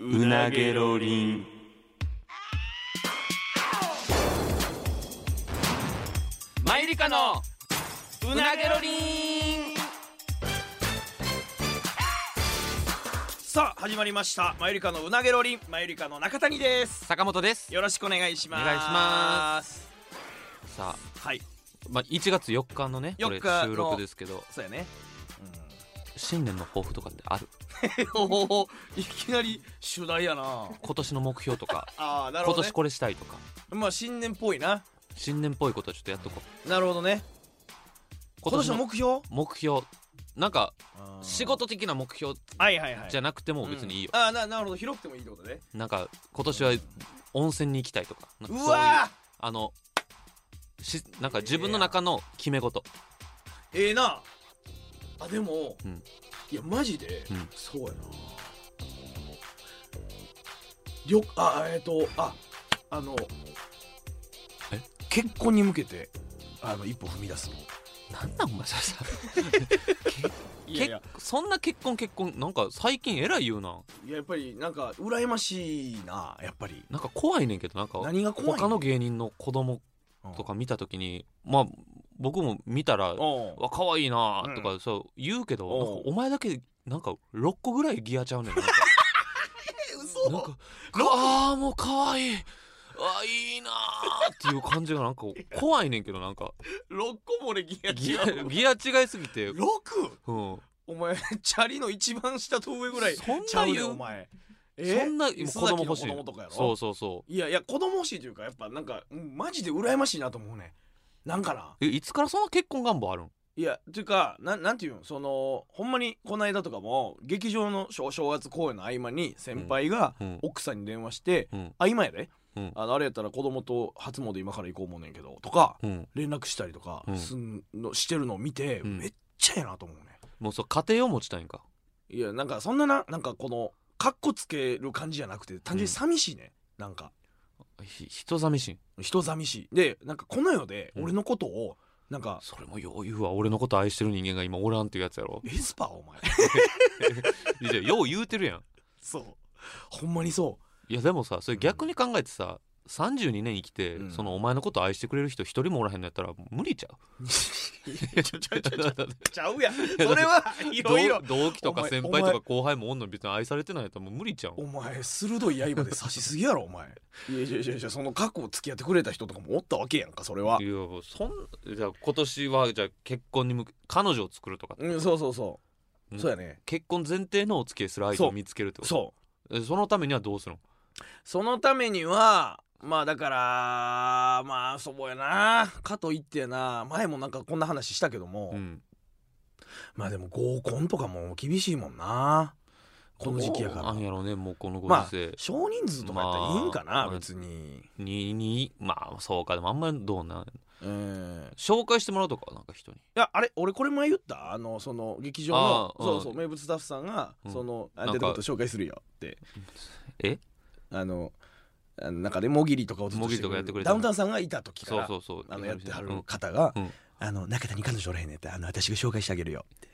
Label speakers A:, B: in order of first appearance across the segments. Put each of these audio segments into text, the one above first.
A: うなげろりん。
B: マイリカのうなげろりん
C: さあ始まりましたマユリカのうなげろりんマユリカの中谷です
B: 坂本です
C: よろしくお願いします
B: お願いしますさあ、
C: はい
B: まあ、1月4日のねこれ
C: 4日の
B: 収録ですけど
C: そうやね
B: 新年の抱負とかってある
C: おおいきなり主題やな
B: 今年の目標と か
C: ああなるほ
B: 今
C: ど、ね
B: 年、これしたいとか
C: まあ新年っぽいな
B: 新年っぽいことちょっとやっとこう
C: なるほどね今年の目標
B: 目標なんか仕事的な目標
C: はいはいはい
B: じゃ
C: ゃ
B: なくても別にいいよ、
C: ああななるほど広くてもいいってことね
B: なんか今年は温泉に行きたいとかなん
C: う
B: かそういう
C: わ
B: あのしなんか自分の中の決め事
C: ーええなあでも、
B: うん
C: いやマジで、
B: うん
C: そうやなよあえっ、とああの
B: え
C: 結婚に向けてあの一歩踏み出す
B: なんなんお前それさ
C: いやいや
B: けそんな結婚結婚なんか最近えらい言うない
C: ややっぱりなんか羨ましいなやっぱり
B: なんか怖いねんけどなんか
C: 何が怖い
B: 他の芸人の子供とか見た時にまあ僕も見たら「
C: お
B: わ可愛いな」とかそう言うけどなんかお前だけなんか6個ぐらいギアちゃうねん なんか
C: え嘘
B: なんか「あーもう可愛いあーいいな」っていう感じがなんか怖いねんけどなんか
C: 6個も俺ギア
B: ギ
C: 違
B: ア
C: う
B: ギア違いすぎて、うん、
C: 6? お前チャリの一番下と上ぐらい
B: そんな
C: ちゃうね
B: 言う
C: お前
B: そんな
C: え
B: 今子供欲しい
C: 須崎の子供とかやろ
B: そうそうそう
C: いやいや子供欲しいというかやっぱなんかうんマジで羨ましいなと思うねなんかな
B: えいつからそんな結婚願望あるん
C: いやというかなんなんていうのそのほんまにこの間とかも劇場の正正月公演の合間に先輩が
B: うん
C: 奥さんに電話して
B: うんうん
C: 「合間やで、
B: うん
C: あのあれやったら子供と初詣今から行こう思うねんけど」とか
B: うん
C: 連絡したりとか
B: うん
C: すんのしてるのを見て、
B: うん
C: めっちゃええなと思うね
B: もうそう家庭を持ちたいんか
C: いやなんかそんなななんかこのかっこつける感じじゃなくて単純に寂しいね、なんか
B: ひ人寂しい
C: 人寂しいでなんかこの世で
B: うん
C: 俺のことをなんか、
B: それもよう言うわ俺のこと愛してる人間が今おらんっていうやつや ろ
C: エスパーお前
B: いやよう言うてるやん
C: そうほんまにそ
B: いやでもさそれ逆に考えてさ、32年生きて、
C: うん
B: そのお前のこと愛してくれる人一人もおらへんのやったらもう無理ちゃう
C: う
B: ち
C: ちゃうやんそれはいろいろ
B: 同期と
C: お
B: か
C: 前
B: 先輩とか後輩もおんのに別に愛されてないやったらもう無理ちゃう
C: お前鋭い刃で刺しすぎやろお前いやいやいやいやその過去を付き合ってくれた人とかもおったわけやんかそれはい
B: やそんじゃあ今年はじゃあ結婚に向け彼女を作るとか、
C: うんそうそうそう、
B: うん
C: そうやね
B: 結婚前提のお付き合いする相手
C: そ
B: を
C: う
B: 見つけるってこと
C: そう
B: えそのためにはどうするの
C: そのためにはまあだからまあそうやなかといってやな前もなんかこんな話したけども、
B: うん
C: まあでも合コンとかも厳しいもんなこの時期やか
B: あ
C: ら
B: んやろうねもうこのご
C: まあ
B: 時世、
C: 少人数とかやったらいいんかな、
B: まあ
C: 別に、
B: ににまあそうかでもあんまりどうなん
C: えーい
B: 紹介してもらうとかなんか人に
C: やあれ俺これ前言ったあのその劇場
B: あ
C: の
B: あ
C: そうそうう名物スタッフさんが、
B: うん
C: その
B: な
C: あ
B: んか
C: 出たこと紹介するよって
B: え
C: あのあのなんかねもぎりとかをずっとして
B: もぎりとかやってくれて
C: ダ
B: る
C: ウンタウンさんがいた時か
B: そう
C: ら
B: そうそう
C: あのやっては
B: う
C: る
B: ん
C: 方が「
B: うん
C: あの中田に彼女おらへんねんってあの私が紹介してあげるよ」って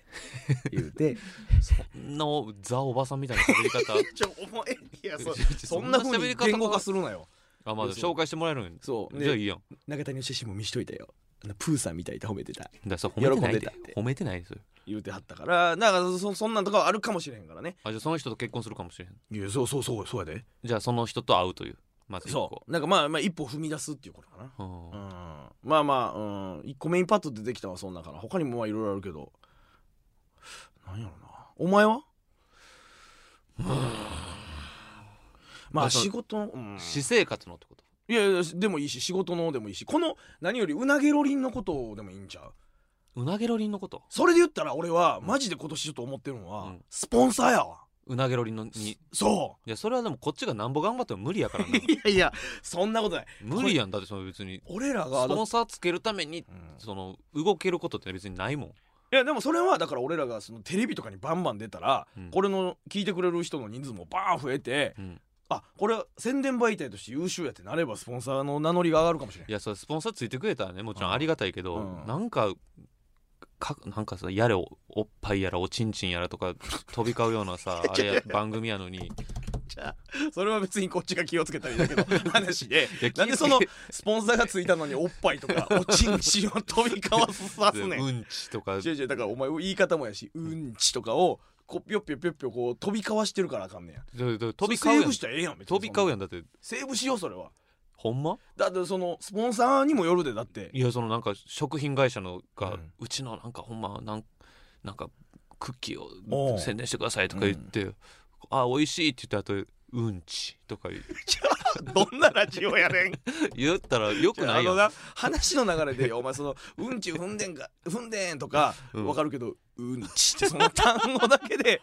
C: 言うて
B: のザおばさんみたいな喋り方
C: ちょお前いや
B: そ
C: そんな風に言語化するなよ
B: あまあ紹介してもらえるんや
C: そう
B: じゃあ
C: で
B: いいやん
C: 中田に写真も見しといたよあのプーさんみたいって褒めてた
B: だからそれ褒めてない
C: 喜んで
B: で
C: たって
B: 褒めてないですよ
C: 言うてはったからだからそそんなんとかはあるかもしれへんからね
B: あじゃあその人と結婚するかもしれへん
C: いやそうそうそうそうやで
B: じゃあその人と会うというまず一
C: そ
B: 個
C: うなんかまあまあ一歩踏み出すっていうことかな
B: う
C: うんんまあまあ、うん、1個メインパッド出てきたのはそんなかな他にもまあいろいろあるけどなんやろなお前 はま
B: まあ
C: あ
B: そう
C: 仕事の、うん、
B: 私生活のってこと
C: いやいやでもいいし仕事のでもいいしこの何よりうなげろりんのことでもいいんちゃう
B: うなげろりんのこと
C: それで言ったら俺はマジで今年ちょっと思ってるのは、
B: うん
C: スポンサーやわ
B: うなげろりんのにい
C: そ
B: やそれはでもこっちがなんぼ頑張っても無理やからな
C: ういやいやそんなことない
B: 無理やんだってその別に
C: 俺ら
B: ス
C: がだ
B: ポンサーつけるために
C: うん
B: その動けることって別にないもん
C: いやでもそれはだから俺らがそのテレビとかにバンバン出たら、
B: うん
C: これの聞いてくれる人の人数もバーン増えて、
B: うん
C: あこれは宣伝媒体として優秀やってなればスポンサーの名乗りが上がるかもしれない
B: いやそれスポンサーついてくれたらねもちろんありがたいけど、
C: うん
B: なんかかなんかさや れおおっぱいやらおちんちんやらとか飛び交うようなさあれや番組やのに
C: じゃあそれは別にこっちが気をつけたりだ けど話で
B: いや
C: なんでそのスポンサーがついたのにおっぱいとかおちんちを飛び交わさすねん
B: うんちとか
C: 違う違うだからお前言い方もやしうんちとかをこうぴょぴょぴょぴょこう飛び交わしてるからあかんねや
B: だだ飛び交
C: セー
B: うやん
C: ブしたらええやん別に
B: 飛び交う
C: やん
B: やんだって
C: セーブしようそれは
B: ほんま
C: だってそのスポンサーにもよるでだって
B: いやそのなんか食品会社のが、
C: う
B: うんちのなんかほんまなんなんかクッキー
C: おう
B: を宣伝してくださいとか言って、あ美味しいって言った後うんちとか言う
C: じゃあどんなラジオやねん
B: 言ったらよくな
C: あ
B: いや
C: の
B: ん
C: な話の流れでお前そのうんち踏んでんか踏んでんとか
B: うん
C: わかるけど、うんちってその単語だけで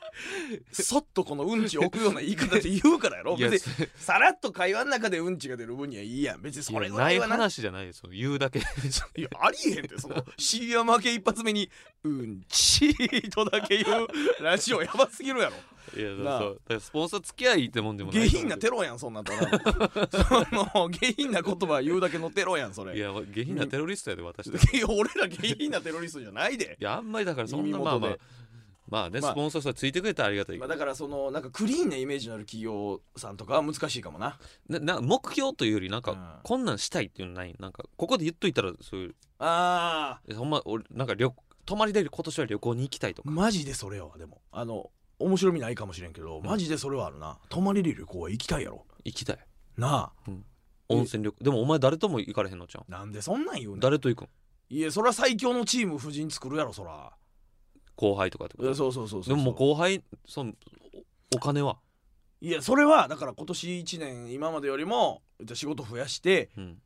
C: そっとこのうんち置くような言い方で言うからやろ
B: いや
C: 別にさらっと会話の中でうんちが出る分にはいいやん別にそれ
B: い
C: ぐ
B: や
C: ら
B: ないい
C: はな
B: 話じゃないよその言うだけ
C: いやありえへんってその CM 負け一発目に「うんち」とだけ言うラジオやばすぎるやろ
B: いや
C: なあ
B: そうだからスポンサー付き合いってもんでもない
C: 下
B: と思う
C: 品なテロやんそんなんとなその下品な言葉言うだけのテロやんそれ
B: いや下品なテロリストやで私だって
C: いや俺ら下品なテロリストじゃないで
B: いやあんまりだからそん
C: 耳
B: なまあ
C: 元で
B: まあまあね、
C: まあ
B: スポンサーさんついてくれたらありがたいけ
C: ま
B: ど
C: あ、だからそのなんかクリーンなイメージのある企業さんとかは難しいかもな
B: なな目標というよりなんか、
C: うん
B: こんなんしたいっていうのないなんかここで言っといたらそういう
C: あ
B: えほんま俺なんか旅泊まりで今年は旅行に行きたいと
C: ー
B: か
C: マジでそれはでもあの面白みないかもしれんけどマジでそれはあるな泊まり旅行は行きたいやろ
B: 行きたい
C: なあ
B: 温泉旅行でもお前誰とも行かれへんのじゃん
C: なんでそんなん言うねん
B: 誰と行くん
C: いやそら最強のチーム夫人作るやろそら
B: 後輩とかってこ
C: いや
B: と
C: そうそうそう
B: で
C: そう
B: ももう後輩そのおお金はい
C: やそれはだから今年1年今までよりも言ったら仕事増やして
B: うん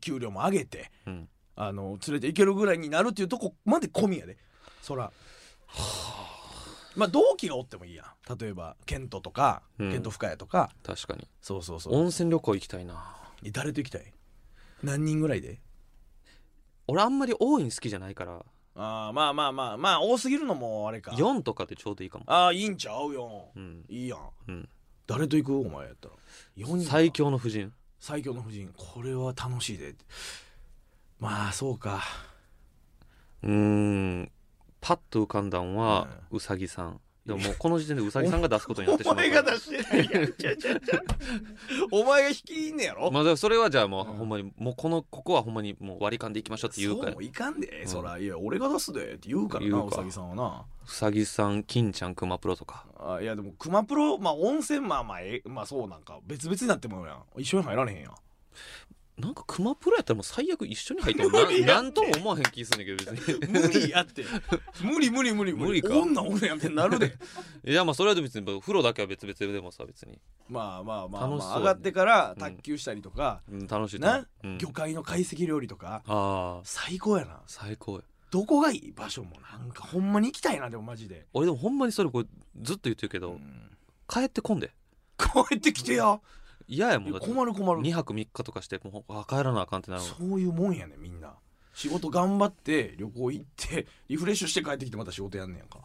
C: 給料も上げて
B: うん
C: あの連れて行けるぐらいになるっていうとこまで込みやでそらまあ同期がおってもいいやん例えばケントとか、
B: うん
C: ケント深谷とか
B: 確かに
C: そうそうそう
B: 温泉旅行行きたいな
C: え誰と行きたい何人ぐらいで
B: 俺あんまり多いん好きじゃないから
C: あーまあまあまあまあ多すぎるのもあれか
B: 4とかでちょうどいいかも
C: ああいいんちゃうよ
B: うん
C: いいやん
B: うん
C: 誰と行くお前やったら4人か
B: 最強の夫人
C: 最強の夫人これは楽しいでまあそうか
B: うーんパッと浮かんだんはうさぎさんでももうこの時点でうさぎさんが出すことになってしま
C: お
B: うか
C: 前
B: ら
C: が出してないやんちゃちゃちゃお前が引きいんねやろ、
B: まあだからそれはじゃあもう、
C: うん
B: ほんまにもうこのここはほんまにもう割り勘でいきましょうって言う
C: そ
B: か
C: う
B: ら
C: もいかんで、
B: うん
C: そらいや俺が出すでって言うから
B: 言
C: な
B: う
C: う
B: か
C: さぎさんはな
B: うさぎさん金ちゃんくまプロとか
C: あいやでも熊プロまあ温泉まあまあええまあそうなんか別々になってもやん一緒に入られへんやん
B: なんかくまプロやったらもう最悪一緒に入ってもな
C: 無理やって
B: なんとも思わへん気すんねんけど別に
C: 無理やって無理無理無理
B: 無理か
C: 女女やんってなる で
B: いやまあそれは別に風呂だけは別々でもさ別に、
C: まあまあまあ、
B: 楽
C: ま
B: しそう
C: あ、上がってから卓球したりとか、
B: うん、楽しいと思
C: な
B: う、うん、
C: 魚介の懐石料理とか
B: ああ
C: 最高やな
B: 最高や
C: どこがいい場所もなんかほんまに行きたいなでもマジで、
B: 俺でもほんまにそれこれずっと言ってるけど、帰ってこんで
C: 帰ってきてや
B: 嫌やもんだって
C: 困る困
B: 2
C: る
B: 泊3日とかしてもうあ帰らなあかんってなるもん
C: そういうもんやねみんな仕事頑張って旅行行ってリフレッシュして帰ってきてまた仕事やんねやんか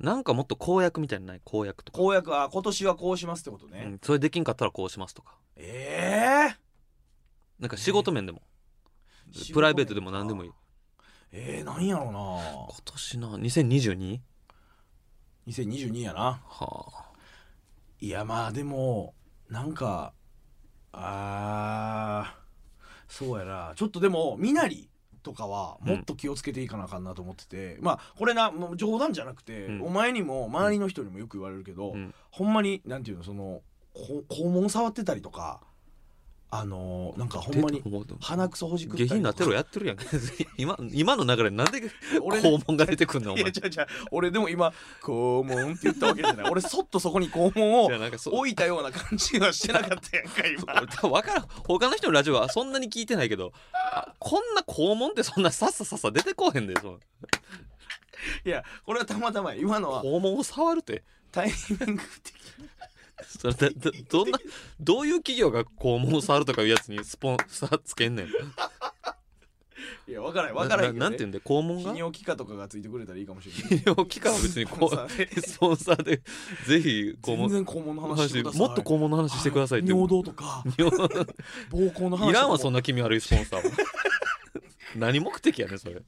B: なんかもっと公約みたいなのない公約とか、
C: 公約は今年はこうしますってことね、
B: うんそれできんかったらこうしますとか
C: え
B: なんか仕事面でも、
C: え
B: プライベートでも何でもいい
C: えー、なんやろうな
B: 今年な 2022?
C: 2022やな
B: はあ
C: いやまあでもなんかあーそうやなちょっとでもみなりとかはもっと気をつけていかなあかんなと思ってて、まあこれなもう冗談じゃなくて、
B: うん
C: お前にも周りの人にもよく言われるけど、
B: うん
C: ほんまになんていうのそのこ肛門触ってたりとかあのーなんかほんまに
B: 出た思うと
C: 鼻くそほじくった
B: 下
C: りとか
B: 品なテロやってるやん 今今の流れなんで
C: 俺ね
B: 肛門が出てくんのお
C: いや違
B: 前
C: う違う俺でも今「肛門」って言ったわけじゃない俺そっとそこに肛門を
B: いやなんかそう
C: 置いたような感じはしてなかったやんか今
B: 俺多分分からん他の人のラジオはそんなに聞いてないけどあこんな肛門ってそんなさっささっさ出てこへんでその
C: いやこれはたまたま今のは
B: 肛門を触るって
C: タイミング的
B: それだだどんなどういう企業が肛門を触るとかいうやつにスポン サーつけんねん
C: いや分からへん分からへんけ
B: な
C: ど、
B: んて言
C: ね
B: うんだよ肛門が
C: 泌尿器科とかがついてくれたらいいかもし れない
B: 医療機関は別に こ
C: スポンサー
B: うスポンサーでぜひ肛
C: 全
B: 門
C: 然肛門の話してください
B: もっと肛門の話してくださいって
C: 尿道とか膀胱の話とかも
B: いらんわそんな気味悪いスポンサーは何目的やねんそれ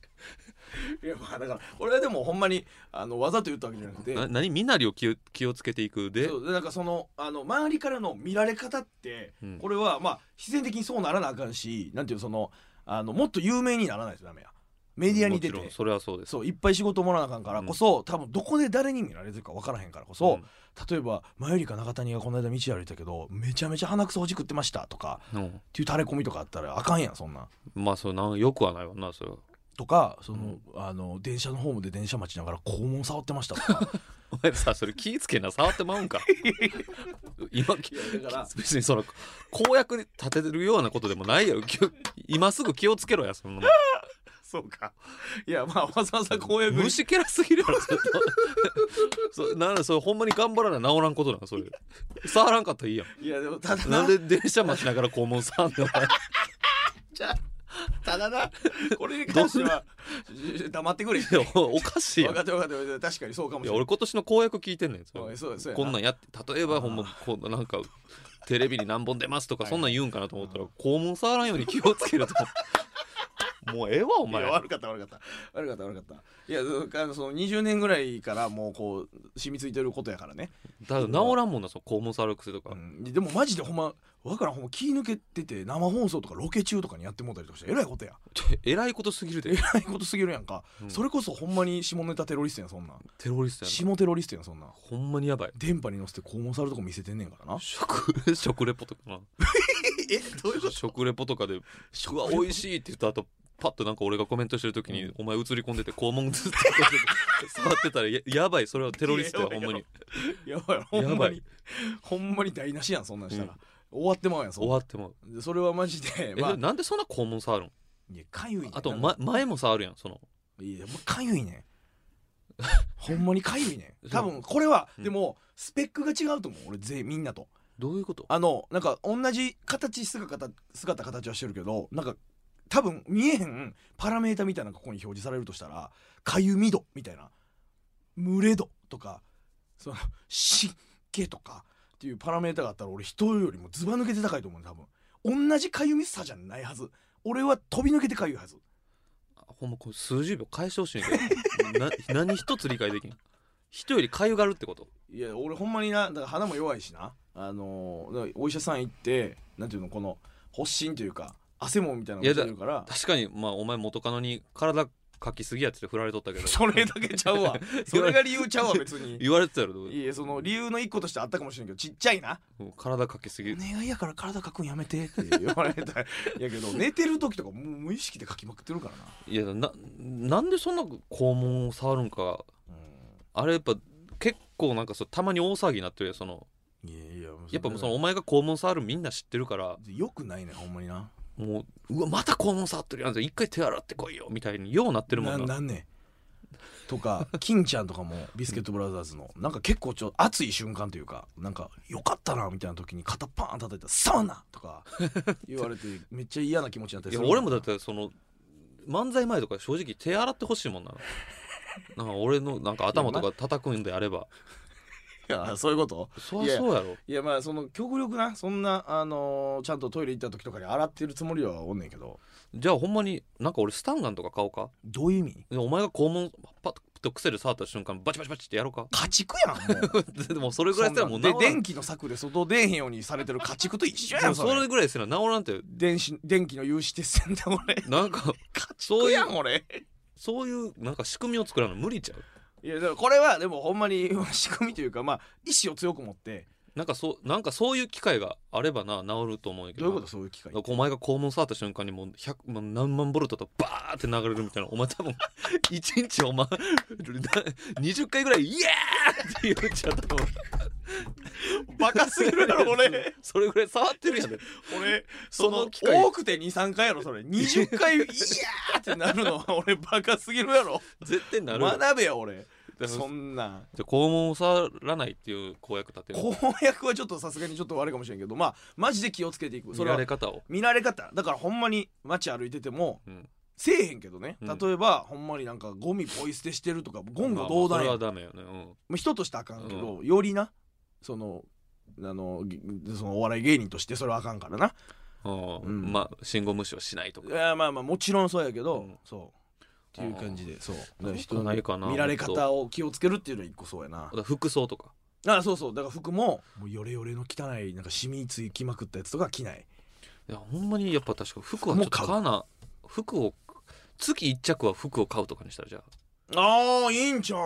C: いやまあだから俺はでもほんまにあのわざと言ったわけじゃなくて
B: な何身なりを気を気をつけていくで
C: そうでなんかそのあの周りからの見られ方って、
B: うん
C: これはまあ必然的にそうならなあかんしなんていうそのあのもっと有名にならないとダメやメディアに出て
B: もちろんそれはそうです
C: そういっぱい仕事もらわなあかんからこそ、多分どこで誰に見られてるか分からへんからこそ、例えば前よりか中谷がこの間道歩いたけどめちゃめちゃ鼻くそほじくってましたとか
B: うん、うん
C: っていう垂れ込みとかあったらあかんやんそんなん
B: まあそれなんよくはないわなそれは
C: とかその、あの電車のホームで電車待ちながら肛門触ってましたとか
B: お前さそれ気ぃつけな触ってまうんか今 き
C: いや だから
B: 別にその公約に立てるようなことでもないやろきょ今すぐ気をつけろや その
C: そうかいやまあわざわざ公約に
B: 虫けらすぎるやろそれ そうなんだそれほんまに頑張らな治らんことなんそれ触らんかったらいいやん
C: いやでもただ
B: な
C: なん
B: で電車待ちながら肛門触んの
C: じゃあただ なこれに関しては黙ってくれ
B: いや おおかしいや
C: 分か
B: ん
C: った分かった分かった確かにそうかも
B: い
C: し
B: や
C: れない
B: 俺今年の公約聞いてんねん
C: おいそうそうや
B: こんなんやって例えばほんま
C: あ
B: こんななんかテレビに何本出ますとか
C: はい
B: そんなん言うんかなと思ったら肛門触らんように気をつけると もうええわお
C: い
B: 前
C: や悪かった悪かった悪かった悪かったいやそうあのその20年ぐらいからもうこう染みついてることやからね、
B: だから治らんもんなその肛門触る癖とか、
C: うんでもマジでほんまわからんほんま気抜けてて生放送とかロケ中とかにやってもうたりとかしてえらいことや
B: えらいことすぎる
C: え
B: で
C: らいことすぎるやんか、
B: うん
C: それこそほんまに下ネタテロリストやんそんなん
B: テロリストやな
C: 下テロリストやんそんなん
B: ほんまにやばい
C: 電波に乗せて肛門触るとこ見せてんねんからな
B: 食食レポとかな
C: えどういう
B: 食レポとかで「うわ美味しい」って言った後パッとなんか俺がコメントしてる時に、お前映り込んでて肛門ずっと触ってたらややばいそれはテロリストやほんまに
C: やばいほん
B: や
C: ま
B: ば
C: に
B: い
C: ほんまに台無しやんそんなんしたら、終わってまうやんそん
B: 終
C: な
B: わ
C: ん
B: っても
C: でそれはマジで
B: え、
C: まあ
B: なんでそんな肛門触るの
C: いやかゆいねん
B: あと、
C: なん
B: ま
C: か、
B: 前も触るやんその
C: いやもうかゆい ねんほんまにかゆいねん
B: そう
C: 多分これは、
B: うん
C: でもスペックが違うと思う俺全みんなと
B: どういうこと
C: あのなんか同じ形姿姿形はしてるけどなんか多分見えへんパラメータみたいなのがここに表示されるとしたらかゆみ度みたいな群れ度とかその湿気とかっていうパラメータがあったら俺人よりもずば抜けて高いと思うね多分同じかゆみさじゃないはず俺は飛び抜けてかゆいはず
B: ほんまこれ数十秒返してほしいねんけど な何一つ理解できん人よりかゆがるってこと
C: いや俺ほんまになだから鼻も弱いしなあのーだからお医者さん行ってなんていうのこの発疹というか汗もみたいなのが出てるから
B: 確かにまあお前元カノに体かきすぎやっつって振られとったけど
C: それだけちゃうわ それが理由ちゃうわ別に
B: 言われてたやろ
C: いやその理由の一個としてあったかもしれんけどちっちゃいな
B: うん体かきすぎ
C: お願いやから体かくんやめてって言われたやけど寝てる時とかもう無意識でかきまくってるからない
B: やななんでそんな肛門を触るんかあれやっぱ結構なんかそうたまに大騒ぎになってるやんその
C: いやいや
B: やっぱもうそのお前が肛門触るみんな知ってるから
C: よくないねほんまにな
B: もううわまた肛門触ってるやん一回手洗ってこいよみたいにようなってるもんな
C: ななんねんとか 金ちゃんとかもビスケットブラザーズのなんか結構ちょっと熱い瞬間というかなんか「よかったな」みたいな時に肩パーン叩いたら「触んな!」とか言われ てめっちゃ嫌な気持ちになったり
B: い
C: す
B: や
C: る
B: 俺もだってその漫才前とか正直手洗ってほしい もんななんか俺のなんか頭とか叩くんであれば
C: いやそういうこと
B: そりゃそうやろ
C: いやまあその極力なそんなあのーちゃんとトイレ行った時とかに洗ってるつもりはおんねんけど
B: じゃあほんまになんか俺スタンガンとか買おうか
C: どういう意味
B: でお前が肛門パッと癖で触った瞬間バチバチバチってやろうか
C: 家畜や んもう
B: でもそれぐらいしたらもう治
C: そんなんん
B: ら
C: で電気の策で外出えへんようにされてる家畜と一緒
B: で
C: や
B: も
C: んそ
B: そ
C: れ
B: れぐらいしたら治らんって
C: 電子電気の有刺鉄線で俺
B: な んか
C: 家
B: そ
C: 畜
B: うい
C: や
B: うん
C: 俺
B: そういうなんか仕組みを作らんの無理ちゃう
C: いやだからこれはでもほんまに 仕組みというかまあ意志を強く持って
B: なんかそうなんかそういう機会があればな治ると思うんやけ
C: ど
B: ど
C: ういうことそういう機会
B: なんかお前が肛門触った瞬間にもう100もう何万ボルトとバーって流れるみたいなお前多分 一日お前 な20回ぐらい「イエーイ!」って言っちゃったと思う
C: バカすぎるやろ俺
B: それぐらい触ってるやん
C: 俺その
B: その機会
C: 多くて23回やろそれ20回「い やー!」ってなるのは俺バカすぎるやろ
B: 絶対なる
C: 学べや俺
B: でも
C: そんなん
B: じゃあ肛門を触らないっていう公約立てる
C: 公約はちょっとさすがにちょっと悪いかもしれんけどまあマジで気をつけていくそ
B: 見
C: れ
B: ら
C: は
B: れ方を
C: 見られ方だからほんまに街歩いてても、
B: うん
C: せえへんけどね
B: うん
C: 例えば、ほんまになんかゴミポイ捨てしてるとか言語道
B: まあまあそ
C: 断
B: れ
C: やん
B: はダメよね、うん
C: まあ、人としてあかんけど、よりなそのあのぎそのお笑い芸人としてそれはあかんからな
B: うん
C: うん
B: まあ信号無視をしないとか
C: いやまあまあもちろんそうやけど、
B: うん
C: そっていう感じでそうだから
B: 人ないかな
C: 見られ
B: もっとだ
C: 方を気をつけるっていうのは一個そうやな
B: から服装とか
C: あそうそうだから服ももうヨレヨレの汚いなんかシミつきまくったやつとか着ない
B: いやほんまにやっぱ確か服はちょっと買わな服を月一着は服を買うとかにしたらじゃあ
C: ああいいんちゃう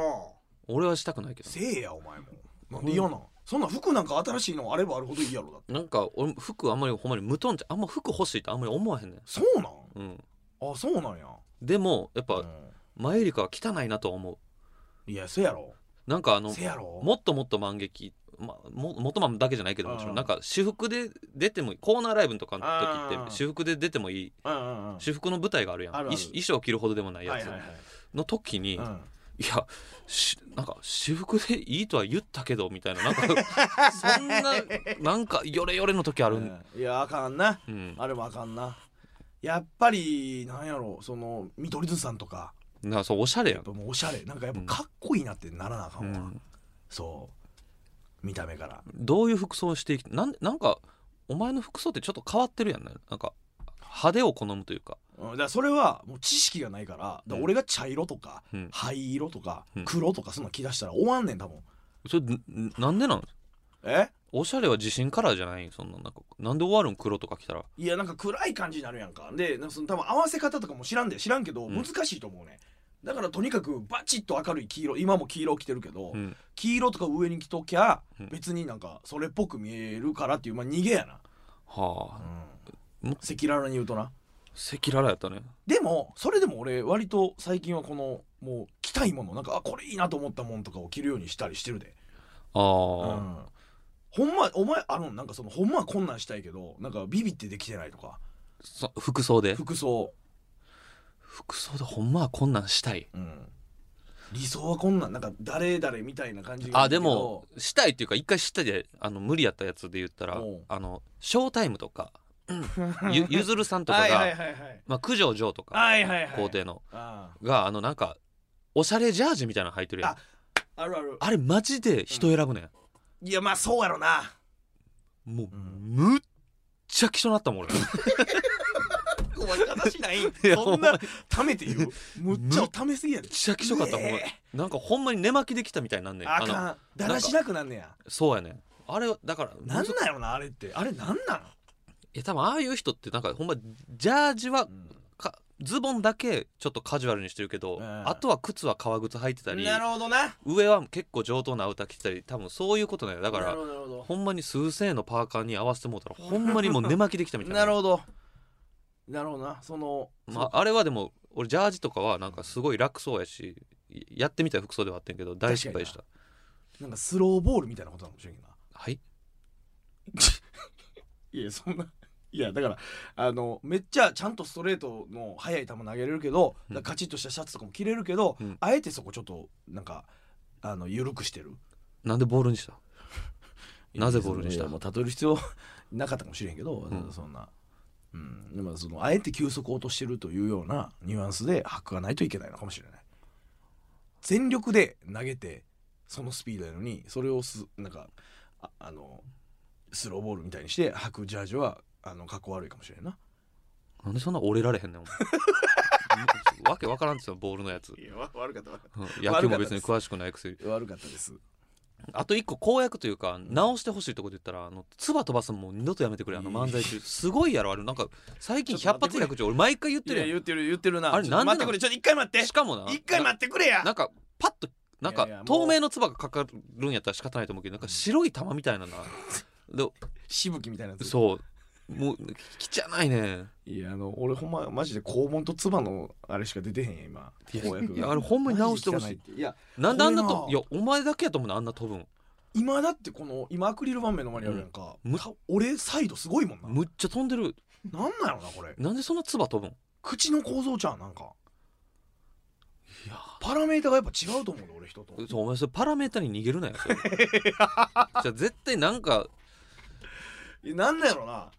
B: 俺はしたくないけど
C: せえやお前もなんで嫌なんそんな服なんか新しいのあればあるほどいいやろだって
B: なんか俺服あんまりほんまに無頓着あんま服欲しいってあんまり思わへんねん
C: そうなん
B: うん
C: あそうなんや、
B: でもやっ
C: う
B: ぱ
C: ん、
B: 前よりかは汚いなとは思う
C: いやせやろ
B: なんかあの
C: せやろ
B: もっともっと満劇まあ、ももっとマンだけじゃないけどもちろ
C: うん
B: んなんか私服で出てもいいコーナーライブとかの時
C: あ
B: っ
C: ー
B: て私服で出てもいい
C: うんうんうん
B: 私服の舞台があるやん
C: あるある
B: 衣衣装着るほどでもないや
C: はい
B: つ
C: はいはい
B: の時に、
C: うん
B: いやしなんか私服でいいとは言ったけどみたい ななんかそんななんかヨレヨレの時ある、うん
C: うんいやあかんな
B: うん、
C: あれもあかんなやっぱりなんやろその見取り図さんとか
B: なんかそうおしゃれや
C: やっ
B: ん
C: ぱもうおしゃれなんかやっぱかっこいいなってならなあか
B: うん
C: わ、
B: ん、
C: そう見た目から
B: どういう服装していきなんなんかお前の服装ってちょっと変わってるやんねなんか派手を好むというか、
C: うんだからそれはもう知識がないからだから俺が茶色とか
B: うん、
C: 灰色とか
B: うん
C: 黒とかそんなん着だしたら終わんねん多分
B: それんなんでなん
C: え
B: おしゃれは自信カラーじゃないそんななんかなんで終わるん黒とか着たら
C: いやなんか暗い感じになるやんかでなんかその多分合わせ方とかも知らんで知らんけど
B: うん
C: 難しいと思うね、だからとにかくバチッと明るい黄色今も黄色着てるけど、
B: うん
C: 黄色とか上に着ときゃ
B: うん
C: 別になんかそれっぽく見えるからっていうまあ逃げやな
B: はあ
C: うん
B: も
C: 赤裸々に言うとな
B: 赤裸々やったね
C: でもそれでも俺割と最近はこのもう着たいものなんかあこれいいなと思ったもんとかを着るようにしたりしてるで
B: あ
C: う
B: あ、
C: んほんまお前あるんなんかそのほんまはこんなんしたいけどなんかビビってできてないとか
B: そ服装で
C: 服装
B: 服装でほんまはこんなんしたい
C: うん理想はこんなんなんか誰々みたいな感じが
B: あで もしたいっていうか一回したであの無理やったやつで言ったら
C: おう
B: あのショータイムとかゆゆずるさんとかが、
C: はいはいはいはい
B: まあ、九条城とか、
C: はいはいはい
B: 皇帝の
C: あ
B: があのなんかおしゃれジャージみたいなの履いてるやん
C: あああるある
B: あれマジで人選ぶねん、
C: いやまあそうやろな
B: もう、
C: うん
B: むっちゃ貴重なったもん俺
C: お前話ないん
B: いや
C: そんな貯めて言うむっちゃ貯めすぎやで
B: めっちゃ貴重かったもん、
C: ね
B: なんかほんまに寝巻きできたみたいになんねん
C: あ
B: の
C: かんだらしなくなんねや
B: そうやねんあれはだから
C: なん
B: い
C: なんやろなあれってあれなんなん
B: や多分ああいう人ってなんかほんまジャージはかズボンだけちょっとカジュアルにしてるけど、
C: うん
B: あとは靴は革靴履いてたり
C: なるほどな
B: 上は結構上等なアウター着てたり多分そういうことなんよだか
C: な
B: ら
C: るほどなるほど
B: ほんまに数千円のパーカーに合わせてもうた らほんまにもう寝巻きできたみたいな
C: なるほどなるほどなその
B: まあ、あれはでも俺ジャージとかはなんかすごい楽そうやしやってみたい服装ではあってんけど大失敗した
C: なんかスローボールみたいなことなのかもしれんけどな
B: はい
C: いやそんないやだからあのめっちゃちゃんとストレートの速い球投げれるけど、
B: うん
C: だからカチッとしたシャツとかも着れるけど、
B: うん
C: あえてそこちょっとなんかあの緩くしてる
B: なんでボールにしたなぜボールにした
C: いやもう例える必要 なかったかもしれんけど、
B: うん
C: そんな、うん、でもそのあえて球速を落としてるというようなニュアンスで吐かないといけないのかもしれない全力で投げてそのスピードやのにそれをすなんかああのスローボールみたいにして履くジャージはあの格好悪いかもしれんな
B: なんでそんな折れられへ んねんお前わけわからんですよボールのやつ
C: いや悪かった悪か
B: うん野球も別に詳しくないくせに
C: った悪かったです
B: あと一個公約というか直してほしいとこで言ったらあの唾飛ばすのもう二度とやめてくれあの漫才中すごいやろあれなんか最近
C: ちょっ
B: 百
C: と待
B: 発
C: ってくれ
B: 百中俺毎回言っ
C: い
B: て
C: や
B: るや
C: 言ってる言ってるな
B: あれ
C: ちょっと
B: なん
C: 待ってく
B: でなの
C: れちょっと一回待って
B: んしかもな
C: 一回待ってくれや
B: なんかパッとなん
C: いやいやもう
B: か透明の唾がかかるんやったら仕方ないと思うけどなんか白い玉みたい ななで
C: しぶきみたいなやつ
B: そうもう汚いね
C: いやあの俺ほんまマジで肛門と唾のあれしか出てへんや今
B: いや
C: 公約
B: いやあれほんまに直してほしい
C: マジで汚いっていや
B: なんであんな
C: こと
B: い
C: れ
B: やお前だけやと思うねあんな飛ぶん
C: 今だってこの今アクリル板面の前にあるやんか、
B: うんむ
C: た俺サイドすごいもんな
B: むっちゃ飛んでる
C: なんなんやろなこれ
B: なんでそんな唾飛ぶん
C: 口の構造ちゃんなんか
B: いや
C: パラメータがやっぱ違うと思うで俺人と
B: そうお前それパラメータに逃げるなよ それじゃあ絶対なんか
C: えなんなんやろな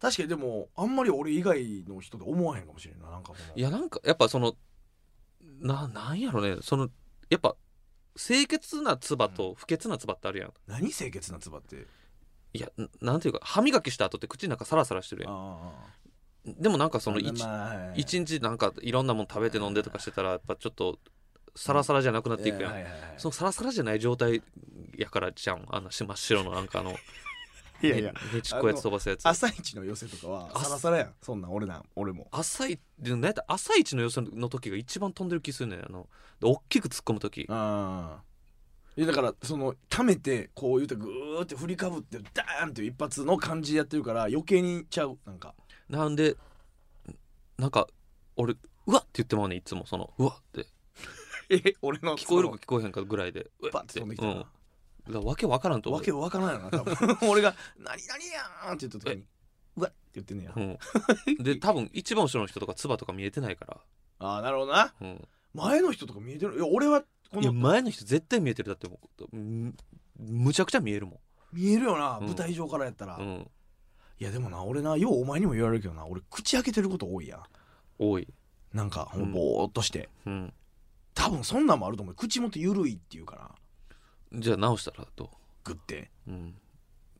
C: 確かにでもあんまり俺以外の人で思わへんかもしれんななんかこの
B: いやなんかやっぱそのななんやろねそのやっぱ清潔な唾と不潔な唾ってあるやん
C: 何清潔な唾って
B: いやななんていうか歯磨きした後って口の中サラサラしてるやん
C: あ
B: でもなんかその
C: 一
B: 一一日なんかいろんなもん食べて飲んでとかしてたらやっぱちょっとサラサラじゃなくなっていくやん、
C: はいはいはい
B: そのサラサラじゃない状態やからじゃんあの真っ白のなんかあの
C: いやいや
B: ねねちっこいやつ飛ばすやつ
C: 朝一の寄せとかは
B: 朝
C: サラサラやんそんなん俺なん俺も
B: 朝いでなんやったら朝一の予選の時が一番飛んでる気するねんあので大きく突っ込む時
C: ああだからその溜めてこう言うてグーって振りかぶってダーンっていう一発の感じでやってるから余計にちゃうなんか
B: なんでなんか俺うわって言ってまうねんいつもそのうわって
C: え俺の
B: 聞こえるか聞こえへんかぐらいでうわ
C: パッて飛んできた
B: うん、
C: な
B: だか、らわけわからんと思
C: わ
B: う
C: けわからんよな多分 俺が「何何やん!」って言った時に「うわっ!」って言ってんねや、
B: うん、で多分一番後ろの人とか唾とか見えてないから、
C: ああなるほどな
B: うん、
C: 前の人とか見えてるいや俺はこ
B: いや
C: の
B: 前の人絶対見えてるだってもうむむちゃくちゃ見えるも
C: 見えるよな、
B: うん
C: 舞台上からやったら、
B: ん、うん、
C: いやでもな俺なようお前にも言われるけどな俺口開けてること多いやん
B: 多い、
C: なんかほん
B: う
C: ま
B: ん
C: ぼーっとして、
B: うん、
C: 多分そんなんもあると思う口元ゆるいっていうから
B: じゃあ直したらど
C: グッて
B: う、うん、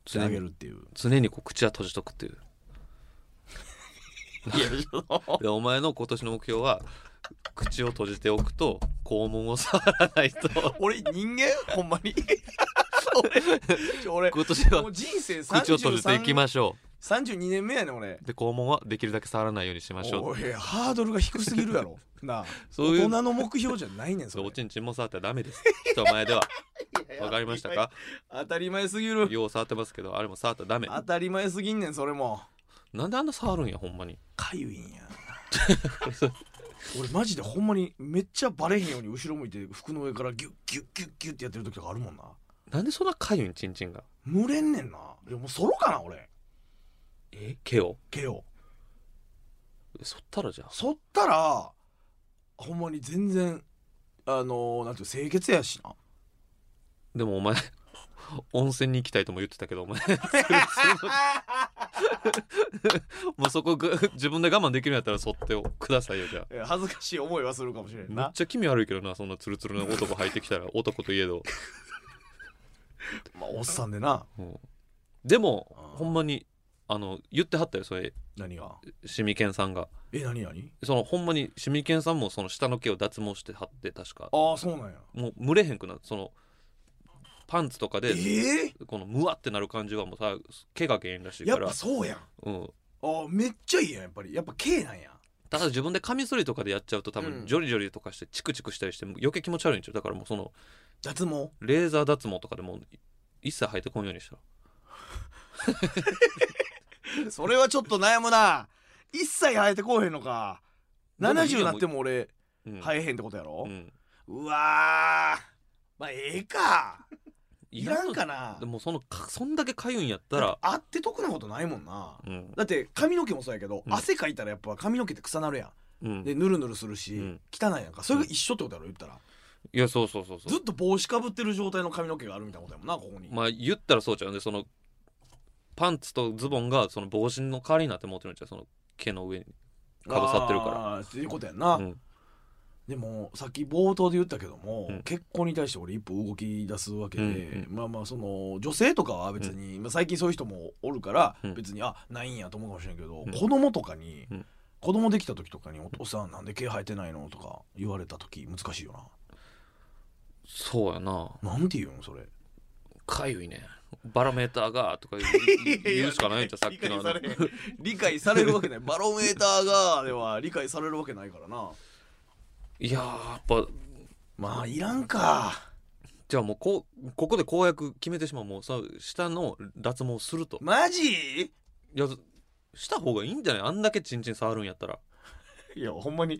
C: つ
B: 常
C: なげる
B: に
C: っていう
B: 常にこう口は閉じとくっていう
C: いやそ
B: でお前の今年の目標は口を閉じておくと肛門を触らない と
C: 俺人間ほんまに俺ちょ 俺
B: 今年
C: も
B: は
C: う人生33
B: 口を閉じていきましょ
C: 32年目やねん俺
B: うで肛門はできるだけ触らないようにしましょう
C: おいハードルが低すぎるやろなあ
B: そういう
C: 大人の目標じゃないねんそ
B: そう
C: れ
B: おちんちんも触ったらダメです人前 ではわかりましたか
C: 当たり前すぎる
B: よう触ってますけどあれも触ったらダメ
C: 当たり前すぎんねんそれも
B: なんであんな触るんやほんまに
C: かゆいんや俺マジでほんまにめっちゃバレへんように後ろ向いて服の上からギュッギュッギュッギュッってやってる時とかあるもんな
B: なんでそんなかゆいんちんちんが
C: 蒸れんねんないやもうソロかな俺
B: え毛を
C: 毛を
B: 剃ったらじゃあ
C: 剃ったらほんまに全然あのー、なんていう清潔やしな
B: でもお前 温泉に行きたいとも言ってたけど お前 もうそこぐ自分で我慢できるんやったら剃ってくださいよじゃあ
C: いや恥ずかしい思いはするかもしれん
B: めっ
C: な
B: ちゃ気味悪いけどなそんなツルツルの男入ってきたら男といえど、
C: まあおっさんでな
B: うんでも
C: あー
B: ほんまにあの言ってはったよそれ
C: 何が
B: シミケンさんが
C: え何何
B: そのほんまにシミケンさんもその下の毛を脱毛してはって確か
C: ああそうなんや
B: もう蒸れへんくなそのパンツとか
C: え
B: でこのムワってなる感じはもうさ毛が原因らし
C: ー
B: い
C: や
B: か
C: っ
B: ら
C: ぱそうやんあ
B: うん、
C: ーめっちゃいいやんやっぱりやっぱ K なんや
B: ただ自分でカミソリとかでやっちゃうと多
C: う
B: 分
C: ん
B: ジョリジョリとかしてチクチクしたりして余計気持ち悪いんちゃうだからもうその
C: 脱毛
B: レーザー脱毛とかでもう一切生えてこんようにした
C: それはちょっと悩むな一切生えてこうへんのか
B: でも
C: 70になっても俺
B: うん、
C: 生えへんってことやろ
B: う、ん、
C: うわーまあええかいらん
B: と
C: かな
B: でもそのかそんだけかゆいんやったら、
C: あって得なことないもんな
B: うん
C: だって髪の毛もそうやけど、
B: うん
C: 汗かいたらやっぱ髪の毛って臭なるや
B: うんん、
C: でぬるぬるするし、
B: うん
C: 汚いやんかそれが一緒ってことやろ言ったら、
B: いやそうそうそうそ
C: ず
B: う
C: っと帽子かぶってる状態の髪の毛があるみたいなことやもんなここに、
B: まあ言ったらそうじゃうんでそのパンツとズボンがその帽子の代わりになって持ってるんちゃうその毛の上にかぶさってるから
C: あーっていうことやんな、
B: うん
C: でもさっき冒頭で言ったけども、
B: うん
C: 結婚に対して俺一歩動き出すわけで、
B: うん
C: まあまあその女性とかは別に、まあ、最近そういう人もおるから
B: うん
C: 別に、あないんやと思うかもしれんけど、
B: うん
C: 子供とかに、
B: うん
C: 子供できた時とかに「お父さんなんで毛生えてないの?」とか言われた時難しいよ
B: そうやな
C: な。なんて言うのそれ。
B: かゆいねバロメーターがとか言う 言うしかないんじゃうさっきのあの
C: 理解されへん理解されるわけないバロメーターがでは理解されるわけないからない
B: やーやっぱ
C: まあいらんか
B: じゃあもうこうここで公約決めてしまうもうさ下の脱毛すると
C: マジ
B: いやした方がいいんじゃないあんだけチンチン触るん やったら
C: いやほんまに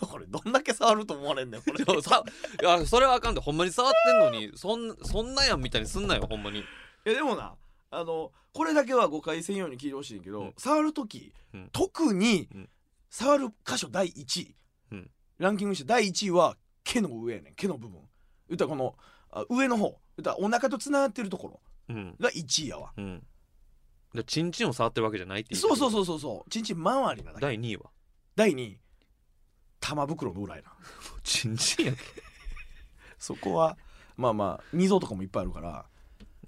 C: これどんだけ触ると思われんねんこれ
B: いやさいやそれはあかんでほんまに触ってんのにそんそんなやんみたいにすんなよほんまに
C: いやでもなあのこれだけは誤解せんように聞いてほしいんやけど、
B: うん
C: 触る時、
B: うん
C: 特に
B: うん
C: 触る箇所第1位、
B: うん
C: ランキングして第1位は毛の上やねん毛の部分言ったらこのあ上の方言ったらお腹とつながってるところ
B: うん
C: が1位やわ
B: うんでチンチンを触ってるわけじゃないってい
C: そうそう
B: う
C: そうそうそうちんちん周りなだけ
B: 第2位は
C: 第2位玉袋の裏 やな
B: チンチンや
C: そこはまあまあ溝とかもいっぱいあるから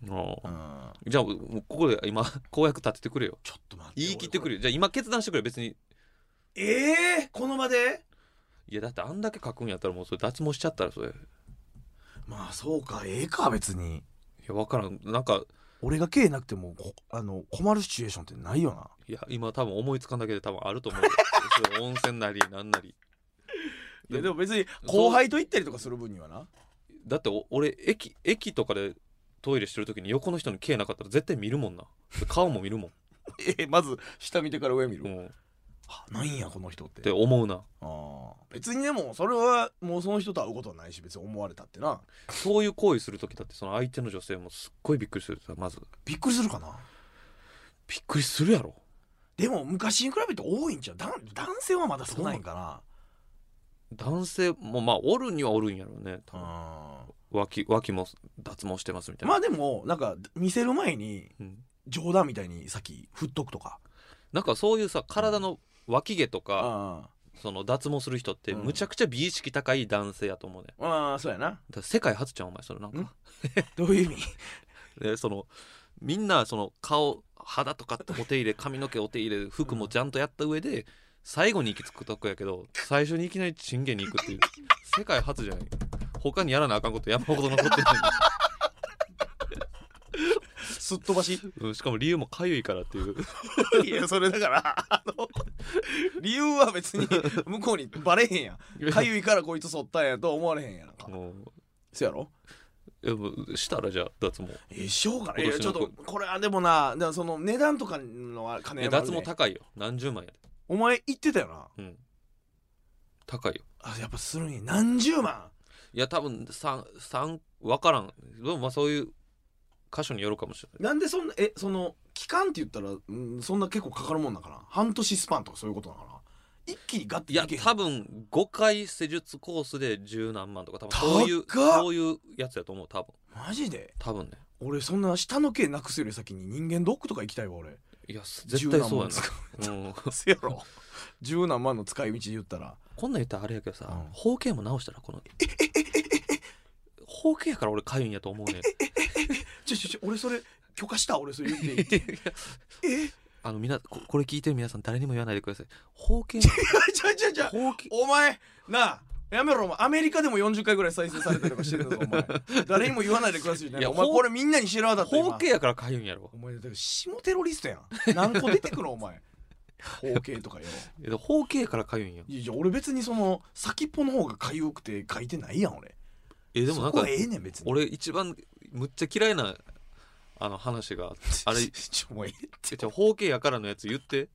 B: お
C: う
B: ー
C: ん
B: じゃあもうここで今公約立ててくれよ
C: ちょっと待って
B: 言い切ってくれ
C: る
B: よじゃあ今決断してくれ別に
C: ええこの場で
B: いやだってあんだけ書くんやったらもうそれ脱毛しちゃったらそれい
C: まあそうかええか別に
B: や分からんなんか
C: 俺が経営なくてもこあの困るシチュエーションってないよない
B: や今多分思いつかんだけで多分あると思うよ そう温泉なりなんなりいやで
C: も別に
B: 後輩
C: と行ったりとかする分にはな
B: だってお俺駅駅とかでトイレしてる時に横の人に毛なかったら絶対見るもんな顔も見るもん、
C: えまず下見てから上見る、
B: うん、っ
C: あないんやこの人って
B: て思うな
C: あー別にでもそれはもうその人と会うことはないし別に思われたってな
B: そういう行為する時だってその相手の女性もすっごいびっくりするさまず
C: びっくりするかな
B: びっくりするやろ
C: でも昔に比べて多いんちゃうだん男性はまだ少ないんかな
B: 男性もまあおるにはおるんやろうね多分
C: あ
B: 脇脇も脱毛してますみたいな、
C: まあでもなんか見せる前に
B: うん、
C: 冗談みたいにさっき振っとくとか
B: なんかそういうさ体の脇毛と
C: あ
B: か、その脱毛する人って
C: うん
B: むちゃくちゃ美意識高い男性やと思うね、
C: ーあーそうやな
B: だから世界初じゃんお前それなんか
C: んどういう意味
B: でそのみんなその顔肌とかお手入れ髪の毛お手入れ服もちゃんとやった上で最後に行き着くとこやけど最初にいきなりチンゲに行くっていう世界初じゃない他にやらなあかんこと山ほど残ってる
C: すっ飛ばし
B: のに、うん、しかも理由もかゆいからっていう
C: いやそれだからあの理由は別 に向こうにバレへんやんかゆいからこいつそったんやと思われへんやんか
B: も
C: そやろ
B: ういやもうしたらじゃあ脱毛
C: えしようかな
B: 今年の
C: いやちょっとこれはでもなでもその値段とかのあ金
B: いや
C: 山ある
B: 脱
C: ね
B: 毛高いよ何十万やで
C: お前言ってたよな
B: うん高いよ
C: あやっぱするに何十万
B: いや多分三三分からんでもまあそういう箇所によるかもしれない
C: なんでそんなえその期間って言ったら、うん、そんな結構かかるもんなんかな半年スパンとかそういうことなのかな一気にガッて
B: いや
C: けへん
B: 多分5回施術コースで十何万とか多分そういう
C: 高っ
B: そういうやつやと思う多分
C: マジで
B: 多分ね
C: 俺そんな下の毛なくすより先に人間ドックとか行きたいわ俺
B: いやす絶対そうや
C: 十
B: な、うん、
C: せやろ 十何万の使い道で言ったら
B: こんなん言ったらあれやけどさ、
C: うん
B: 包茎も直したらこの包茎やから俺かゆいんやと思うね
C: ちょちょちょ俺それ許可した俺それ言っていい え
B: あのみんなここれ聞いてる皆さん誰にも言わないでください 包茎
C: ちょちょちょ
B: 包茎
C: お前なあやめろお前アメリカでも40回ぐらい再生されたりとかしてるぞお前誰にも言わないでくださいみたい
B: いや
C: なお前
B: ほう
C: これみんなに知らなかった
B: 包
C: 今
B: 茎やからかゆいんやろ
C: お前だから下テロリストやん何個出てくのお 前包茎とかよ
B: いや包茎やからかゆいんや
C: いやいや俺別にその先っぽの方がかゆくて書いてないやん俺
B: えでもなん
C: そこ
B: か
C: はええねん別に
B: 俺一番むっちゃ嫌いなあの話があれ
C: ちょもうえ
B: えじゃあ包茎やからのやつ言って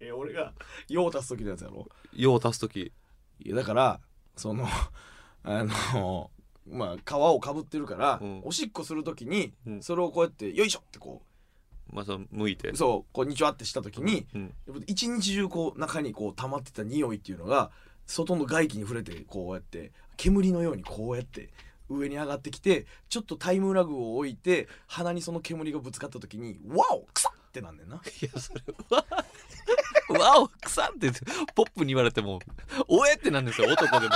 C: ええ俺が用足す時のやつやろ
B: 用を足す時
C: いやだからその あのまあ皮をかぶってるから、
B: うん
C: おしっこする時に、
B: うん
C: それをこうやってよいしょってこ
B: まあその向いて
C: うそうこうにちわってした時に、
B: うん、
C: 一日中こう中にこう溜まってた匂いっていうのが外の外気に触れてこうやって煙のようにこうやって上に上がってきてちょっとタイムラグを置いて鼻にその煙がぶつかった時に「ワオくさっ!」ってなんねんな。
B: いやそれはわお草ってポップに言われてもおえってなんですよ男でも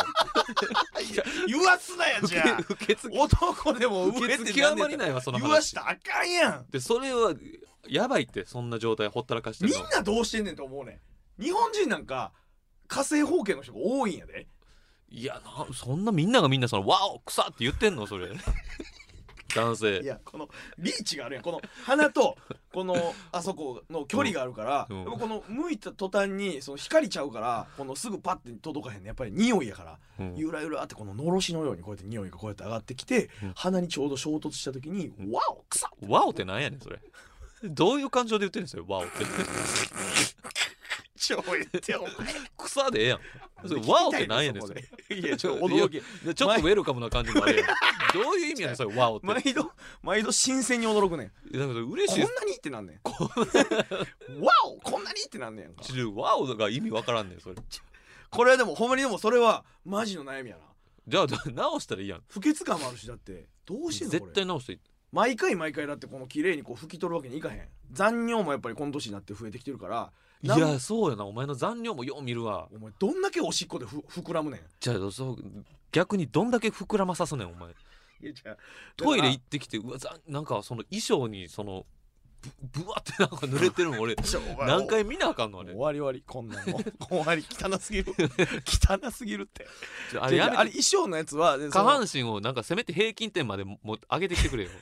C: 言わすなやじゃあ
B: 受け付け
C: 男でも
B: 受
C: 上
B: け
C: って
B: 付
C: な
B: 極
C: んね
B: ま
C: ん
B: りないわその
C: 言わし
B: 話
C: たらあかんやん
B: でそれはやばいってそんな状態ほったらかして
C: み
B: る
C: ん
B: の
C: などうしてんねんと思うねん日本人なんか火星方形の人が多いんやで
B: いやなそんなみんながみんなその「わお草」って言ってんのそれ男性
C: いやこのリーチがあるやんこの鼻とこのあそこの距離があるから、
B: うんう
C: や
B: ん
C: っぱこの向いた途端にその光ちゃうからこのすぐパッて届かへんねやっぱり匂いやから、
B: うん
C: ゆらゆらってこののろしのようにこうやって匂いがこうやって上がってきて、
B: うん
C: 鼻にちょうど衝突した時に「
B: ん
C: わおくさ
B: ワオってなんやねんそれどういう感情で言ってるんですよワオって
C: ちょえってお前
B: 草でええやんそ れワオってなんやねんそれ
C: いやちょ驚き
B: でちょっとウェルカムな感じもあるやんどういう意味やねんそれワオって
C: 毎度毎度新鮮に驚くねん
B: いやなんか嬉
C: こ
B: し
C: ん
B: い
C: な
B: です
C: にってなんねん わおこんなにってなんねんやんか
B: ちょワオが意味わからんねんそれ
C: これはでもほんまにでもそれはマジの悩みやな
B: じゃあ直したらいいやん
C: 不潔感もあるしだってどうしてんのこ
B: 絶
C: れ
B: 対直していい
C: 毎回毎回だってこの綺麗にこう拭き取るわけにいかへん残尿もやっぱりこの年になって増えてきてるから
B: い
C: なん
B: やそうやなお前の残量もよう見るわ
C: お前どんだけおしっこでふ膨らむねん
B: じゃあそう逆にどんだけ膨らまさすねんお前
D: いやじゃあ
B: トイレ
D: だ
B: 行
D: か
B: ってきてうわざなんかその衣装にそのぶぶわってなんか濡れてるの俺何回見なあかんのあれ
C: 終わり終わりこんな の終わり汚すぎる汚すぎるって
B: ちょ
C: あ
B: あれ
C: れ
B: や
C: あ
B: め
C: れ
B: て
C: 衣装のやつはで
B: 下
C: その
B: 半身をなんかせめて平均点までももう上げてきてくれよ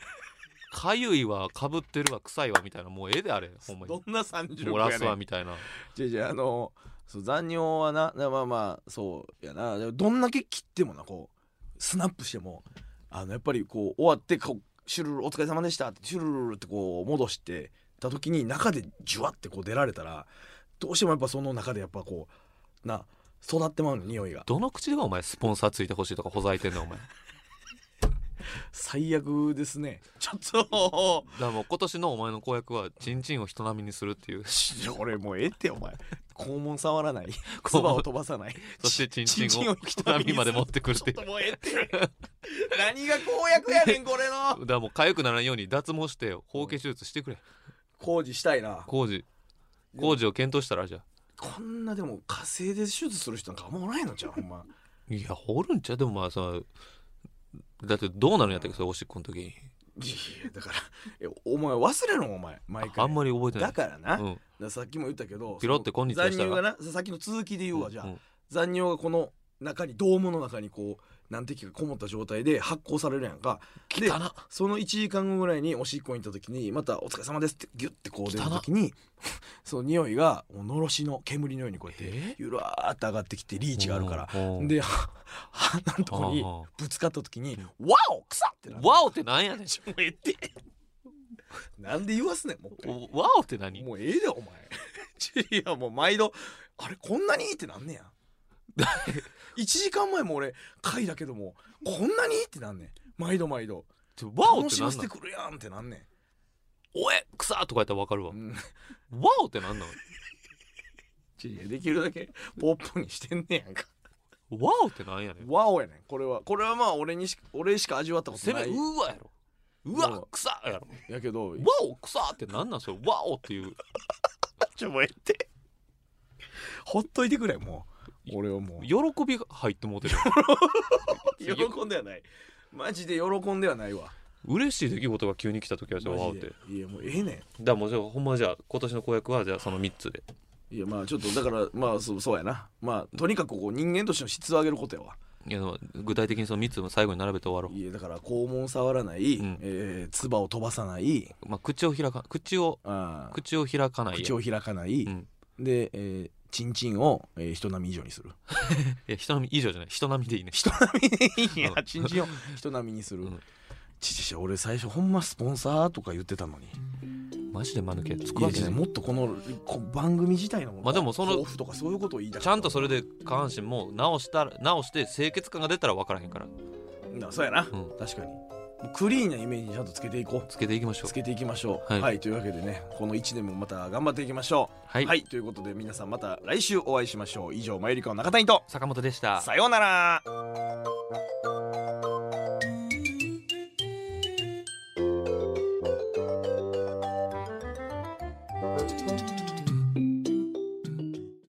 B: かゆいわかぶってるわ臭いわみたいなもうええであれほんまに
C: どんな30
B: 漏
C: 個や
B: ら
C: ね
B: す
C: ん
B: わみたいな
C: じゃじゃあのそう残尿はななまあまあそうやなでもどんだけ切ってもなこうスナップしてもあのやっぱりこう終わってこうシュルルお疲れ様でしたってシュルルってこう戻してた時に中でジュワってこう出られたらどうしてもやっぱその中でやっぱこうな育ってまうの匂いが
B: どの口でもお前スポンサーついてほしいとかほざいてんねんお前だか
C: 最悪ですねちょっと
B: らもう今年のお前の公約はチンチンを人並みにするっていう
C: 俺もうええってお前肛門触らない
B: 肛
C: 唾
B: 門
C: を飛ばさない
B: そしてチンチンを
C: チンチンを
B: 人並みまで持ってくるっていう
C: ちょっともうええって 何が公約やねんこれの
B: だからもう痒くならんように脱毛して包茎手術してくれ
C: 工事したいな
B: 工事工事を検討したらじゃあ
C: こんなでも火星で手術する人なんかあんまおらんのじゃんほんま
B: いや掘るんちゃうでもまあさだってどうなるんやったっけそれおしっこの時に
C: いやだからえお前忘れろお前毎回
B: あんまり覚えてな
C: だ
B: い
C: からな、だか
B: うん、
C: らさっきも言ったけど
B: ピロってこんにちはした
C: 残
B: ら
C: 尿がなささっきの続きで言うわじゃあ、
B: うん
C: 残尿がこの中にドームの中にこう何滴かこもった状態で発酵されるやんかで
B: 汚っ
C: その1時間後ぐらいにおしっこに行った時にまた「お疲れ様です」ってギュッてこう出た時に その匂いがもうのろしの煙のようにこうやって
B: え
C: ゆらーっと上がってきてリーチがあるから
B: うんうん
C: では鼻のとこに
B: うんうん
C: ぶつかった時に「ワオ臭っ!」ってなる
B: ワオってなんやねん
C: もうええってなんで言わすねんもう一回
B: おワオって何
C: もうええでお前 いやもう毎度あれこんなにってなんね や1時間前も俺回だけどもこんなにってなんねん毎度毎度
B: ちょワオっ
C: 楽
B: て
C: し
B: な
C: ま
B: ん
C: せ
B: な
C: て
B: ん
C: くるやんってなんねん
B: おえくさーとかやったらわかるわ
C: うん
B: ワオってなんな
C: ちできるだけポップにしてんねやんか。
B: のワオってなんやねん
C: ワオやねん、これは。これはまあ俺にし俺しか味わったこと
B: せめ
C: ない。
B: うわやろう
C: う
B: わ
C: わ
B: くさーやろ
C: やけど、
B: ワオくさーってなんなんそれワオっていう
C: ちょ、もうええって。ほっといてくれ、もう。俺はもう。
B: 喜びが入ってもうてる
C: 喜んではない。マジで喜んではないわ。
B: 嬉しい出来事が急に来た時はじゃあワオ
C: マ
B: っ
C: ジ
B: て
C: でいや、もうええね
B: だからもうじゃあほんまじゃあ今年の公約はじゃあその3つで
C: ん。いや、まあちょっと、だから、まあそうそうやな。まあとにかくこう人間としての質を上げることやわ。
B: いやでも具体的にその3つも最後に並べて終わろ
C: いや、だから肛門触らない、
B: うん
C: えー唾を飛ばさない、
B: う、まあ、口を開か口を
C: あー
B: 口を開かない
C: 口を開かない、
B: うん
C: で、えー、チンチンを、えー人並み以上にする。
B: いや人並み以上じゃない 人並みでいいね
C: 人並みにい
B: うん
C: や チンチンを人並みにする、
B: うん
C: ちちち俺最初ほんまスポンサーとか言ってたのに
B: マジで間抜けつ
C: い
B: く
C: や
B: わけ
C: ち
B: な
C: ち
B: い
C: もっとこのこ番組自体の
B: まあでもその
C: 抱負とかそういうことを言いたかった
B: ちゃんとそれで下半身も直したら直して清潔感が出たら分からへんから
C: なそうやな、
B: ん
C: 確かにクリーンなイメージにちゃんとつけていこう
B: つけていきましょう
C: つけていきましょう
B: は
C: はいい、というわけでねこの1年もまた頑張っていきましょう
B: はい、
C: はい、ということで皆さんまた来週お会いしましょう以上マユリカの中谷と
B: 坂本でした
C: さようなら